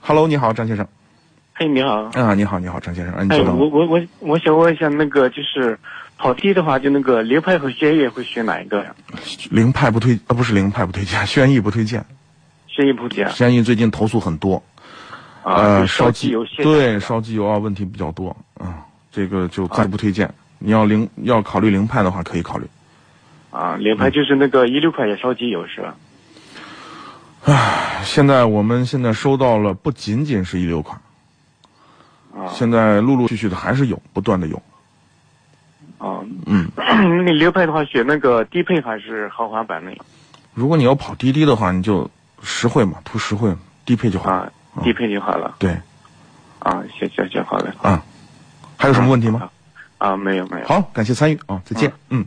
Hello，你好，张先生。嘿，哎你好。啊，你好，你好，张先生。啊，你哎，稍等我。我我我想问一下，那个就是跑题的话，就那个流派和轩逸会选哪一个呀？凌派不推，呃，不是凌派不推荐， 轩逸不推荐。轩逸不解轩逸最近投诉很多，啊，就呃，是烧机机油泄对烧机油啊问题比较多啊，这个就暂不推荐。你要凌要考虑凌派的话，可以考虑。啊，嗯流派就是那个一六款也烧机油是吧？现在我们现在收到了，不仅仅是一流款，啊现在陆陆续续的还是有，不断的有。啊，嗯， 那流派的话选那个低配还是豪华版那个如果你要跑滴滴的话，你就实惠嘛，图实惠，低配就好。啊？低配就好了对，啊，行行行，好嘞。啊还有什么问题吗？啊，没有没有。好，感谢参与啊，再见。嗯